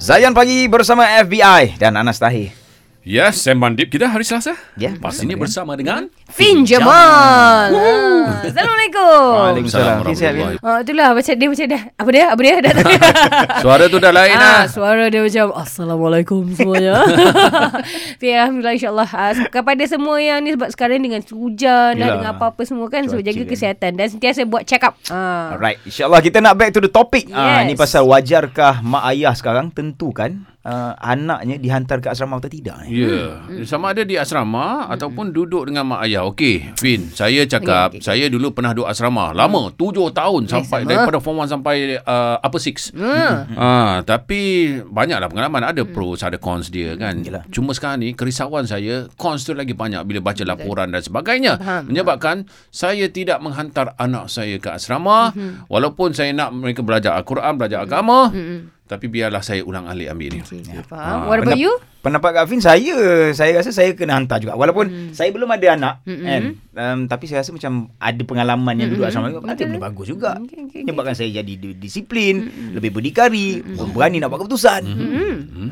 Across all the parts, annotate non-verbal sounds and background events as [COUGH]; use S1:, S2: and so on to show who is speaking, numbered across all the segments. S1: Zayan Pagi bersama FBI dan Anas Tahi.
S2: Ya, yes, Sam Mandip kita hari Selasa.
S1: Ya,
S2: Pastinya bersama dengan
S3: Finjamal. Ah, Assalamualaikum.
S1: Waalaikumsalam. Okey, siap, ya?
S3: Ah, itulah macam dia macam dah apa dia? Apa dia? Dah tak tahu.
S2: [LAUGHS]
S1: [LAUGHS]
S2: Suara tu dah lain
S3: Ah,
S2: lah.
S3: suara dia macam Assalamualaikum
S1: [LAUGHS]
S3: semuanya Tapi Alhamdulillah insyaAllah ah, Kepada semua yang ni Sebab sekarang dengan hujan
S2: Yelah.
S3: Lah, Dengan apa-apa semua kan So
S1: Cuaca
S3: jaga
S1: kan.
S3: kesihatan Dan sentiasa buat check up ah.
S1: Alright, insyaAllah kita nak back to the topic. Yes. Ah, ni
S3: Yes.
S1: pasal wajarkah mak ayah sekarang tentukan uh, anaknya dihantar ke asrama atau tidak. Eh?
S2: Ya, yeah.
S3: Hmm.
S2: sama ada di asrama ataupun duduk dengan mak ayah. Okey, Fin, saya cakap
S3: Okey, okey.
S2: saya dulu pernah duduk asrama. Lama, tujuh tahun sampai
S3: sama.
S2: daripada form 1 sampai uh, upper 6.
S3: Hmm.
S2: Ah, tapi banyaklah pengalaman ada pros ada cons dia kan.
S1: Yelah.
S2: Cuma sekarang ni kerisauan saya cons tu lagi banyak bila baca laporan dan sebagainya
S3: Faham.
S2: menyebabkan saya tidak menghantar anak saya ke asrama
S3: Hmm.
S2: mm-hmm. walaupun saya nak mereka belajar al-Quran, belajar agama. Mm-hmm.
S3: Hmm.
S2: Tapi biarlah saya ulang-alik ambil ni.
S3: Okay,
S1: Ya.
S3: okay, faham. What about
S1: Pendap- [LAUGHS]
S3: you?
S1: Pendapat Kak Fin saya saya rasa saya kena hantar juga walaupun saya belum ada anak
S3: Hmm. Mm-mm.
S1: kan um, tapi saya rasa macam ada pengalaman yang duduk asrama ada
S3: Betul.
S1: benda bagus juga
S3: Okay, okay, okay.
S1: menyebabkan saya jadi di- disiplin lebih berdikari berani nak buat keputusan ha
S3: Okay,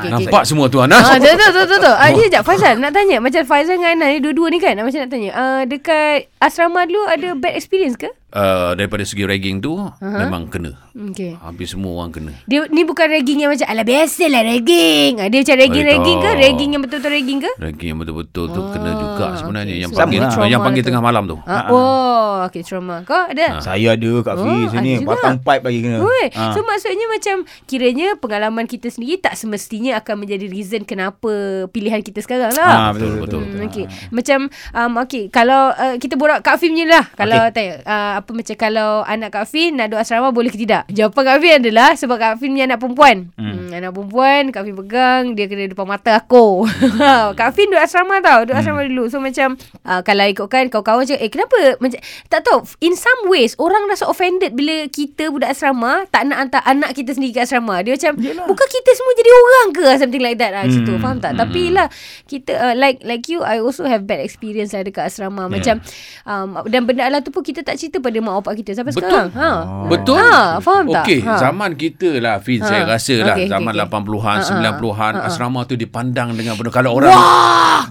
S3: okay, okay.
S2: Nampak semua ha? tu
S3: Ah,
S2: Anas.
S3: tu tu tu tu. tu. Ah, ni sekejap Faizal nak tanya macam Faizal dengan Ana ni dua-dua ni kan macam nak tanya. Ah, dekat asrama dulu ada bad experience ke?
S2: Uh, daripada segi ragging tu uh-huh. memang kena.
S3: Okay.
S2: Hampir semua orang kena.
S3: Dia ni bukan ragging yang macam ala biasalah ragging. Ah, dia macam ragging-ragging ke?
S2: tak.
S3: Ragging yang betul-betul ragging ke?
S2: Ragging yang betul-betul tu kena
S3: Ah,
S2: juga sebenarnya
S3: okey.
S2: yang
S3: So,
S2: panggil
S1: sama
S3: lah.
S2: yang panggil
S3: Trauma
S2: tengah malam tu.
S3: Ah, oh, okay trauma. Kau ada?
S1: saya ada Kak Fin
S3: Oh,
S1: sini
S3: ada juga.
S1: batang pipe lagi kena
S3: Oi,
S1: Ha.
S3: so maksudnya macam kiranya pengalaman kita sendiri tak semestinya akan menjadi reason kenapa pilihan kita sekarang
S1: Ah,
S3: lah.
S1: betul, betul,
S3: Hmm,
S1: betul.
S3: okay. Macam um, okay, kalau uh, kita borak Kak Fim je lah. Kalau okay. tanya uh, apa macam kalau anak Kak Fim nak duduk asrama boleh ke tidak? Jawapan Kak Fim adalah sebab Kak Fim ni anak perempuan. Hmm. anak perempuan Kak Fim pegang dia kena depan mata aku.
S1: Hmm.
S3: [LAUGHS] Ha, Kak Fim duduk asrama tau. Duduk asrama dulu. So macam uh, kalau ikutkan kawan-kawan cakap eh kenapa macam tak tahu in some ways orang rasa offended bila kita budak asrama tak nak hantar anak kita sendiri ke asrama. Dia macam Yelah. bukan kita semua jadi orang ke something like that lah
S2: Hmm.
S3: macam tu. Faham tak? Tapi lah kita uh, like like you I also have bad experience lah dekat asrama. Macam um, dan benda lah tu pun kita tak cerita pada mak opak kita sampai
S2: Betul.
S3: sekarang. Ha.
S2: Betul.
S3: Ha, faham tak?
S2: Okey,
S3: Ha.
S2: zaman kita lah Fin ha. saya
S3: Ha.
S2: rasa lah
S3: Okey,
S2: okay,
S3: okey,
S2: zaman
S3: okey.
S2: okay, 80-an,
S3: Ha, ha,
S2: 90-an asrama tu dipandang dengan benar kalau orang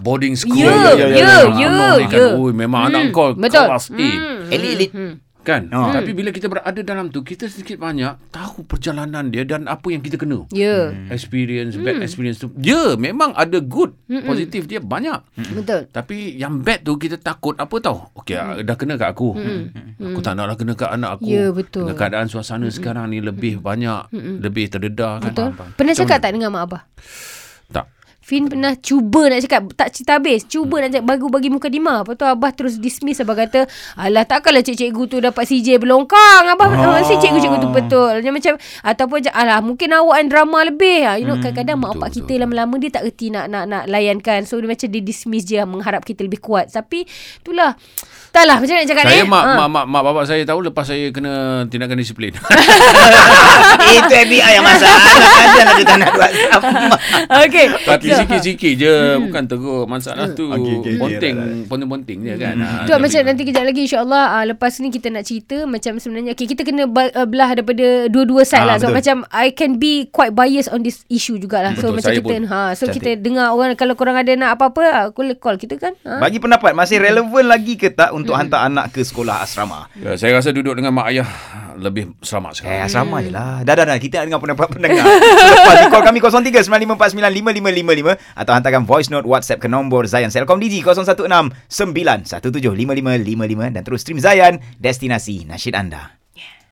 S2: boarding school
S3: Ya,
S2: kan,
S1: ya,
S2: orang
S3: ya,
S2: abang ni kan,
S3: ya.
S2: "Oi, memang anak kau
S3: betul. Hmm.
S2: kelas A."
S1: elit-elit
S2: Kan?
S1: Ha.
S2: Tapi bila kita berada dalam tu, kita sedikit banyak tahu perjalanan dia dan apa yang kita kena.
S3: Ya. Yeah.
S2: Hmm.
S1: Hmm.
S2: Experience, bad
S3: Hmm.
S2: experience tu. Ya, yeah, memang ada good, positif dia banyak.
S1: Hmm.
S3: Betul.
S2: Tapi yang bad tu kita takut apa tau. Okey, mm. dah kena kat aku. Mm.
S1: Hmm.
S2: Aku tak naklah kena kat anak aku.
S3: Hmm. Ya, betul. Hmm.
S2: Dengan keadaan suasana mm. sekarang ni lebih mm. banyak, mm. lebih terdedah kan.
S3: Betul.
S2: Faham, faham.
S3: Pernah cakap tak dengan mak abah?
S2: Tak.
S3: Fin pernah cuba nak cakap Tak cerita habis Cuba
S2: Hmm.
S3: nak cakap Baru bagi mukadimah Lepas tu Abah terus dismiss Abah kata Alah takkanlah cikgu-cikgu tu Dapat CJ berlongkang Abah
S1: Ah.
S3: oh. Mesti cikgu-cikgu tu betul Dia macam Ataupun macam Alah mungkin awak kan drama lebih Ah, You know kadang-kadang Mak
S2: Hmm, betul,
S3: opak kita
S2: betul.
S3: lama-lama Dia tak erti nak, nak nak layankan So dia macam dia dismiss je Mengharap kita lebih kuat Tapi Itulah Tak lah macam mana nak cakap
S2: Saya
S3: eh?
S2: mak,
S3: Ah. [LAUGHS]
S2: mak, mak, mak bapak saya tahu lepas saya kena tindakan disiplin.
S3: Ya.
S1: Ah, itu FBI
S3: [LAUGHS]
S1: yang masalah kan ada tanah buat asrama
S3: Okay
S2: Tapi
S3: So-
S2: sikit-sikit je
S3: Hmm.
S2: bukan teruk masalah tu.
S1: Okey, okey, okey,
S2: Ponting,
S1: right,
S2: ponting-ponting je kan. Ah,
S3: Tu lah,
S2: tapi-
S3: Hmm. macam nanti kejap lagi insyaAllah uh, Lepas ni kita nak cerita Macam sebenarnya okay, Kita kena ba- uh, belah daripada Dua-dua side
S1: Ah,
S3: lah So
S1: betul.
S3: macam I can be quite biased on this issue jugalah So
S2: Betul,
S3: macam
S2: saya
S3: kita
S2: pun.
S3: ha, So
S2: Cantik.
S3: kita dengar orang Kalau korang ada nak apa-apa Aku call kita kan ha?
S1: Bagi pendapat masih relevan lagi ke tak untuk
S3: Hmm.
S1: hantar anak ke sekolah asrama?
S2: Ya, saya rasa duduk dengan mak ayah lebih selamat sekarang.
S1: Eh
S3: Hmm.
S1: asrama je lah Dah dah dah Kita nak dengar pendapat pendengar Lepas ni call kami 03-9549-5555 Atau hantarkan voice note WhatsApp ke nombor Zayan Selcom DG 016 917 5555 Dan terus stream Zayan Destinasi nasyid anda